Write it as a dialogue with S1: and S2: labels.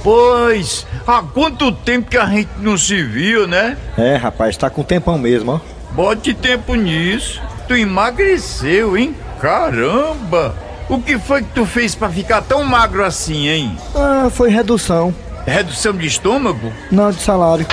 S1: Rapaz, há quanto tempo que a gente não se viu, né?
S2: É, rapaz, tá com tempão mesmo, ó.
S1: Bote tempo nisso. Tu emagreceu, hein? Caramba! O que foi que tu fez pra ficar tão magro assim, hein? É
S2: Ah, foi redução.
S1: Redução de estômago?
S2: Não, de salário.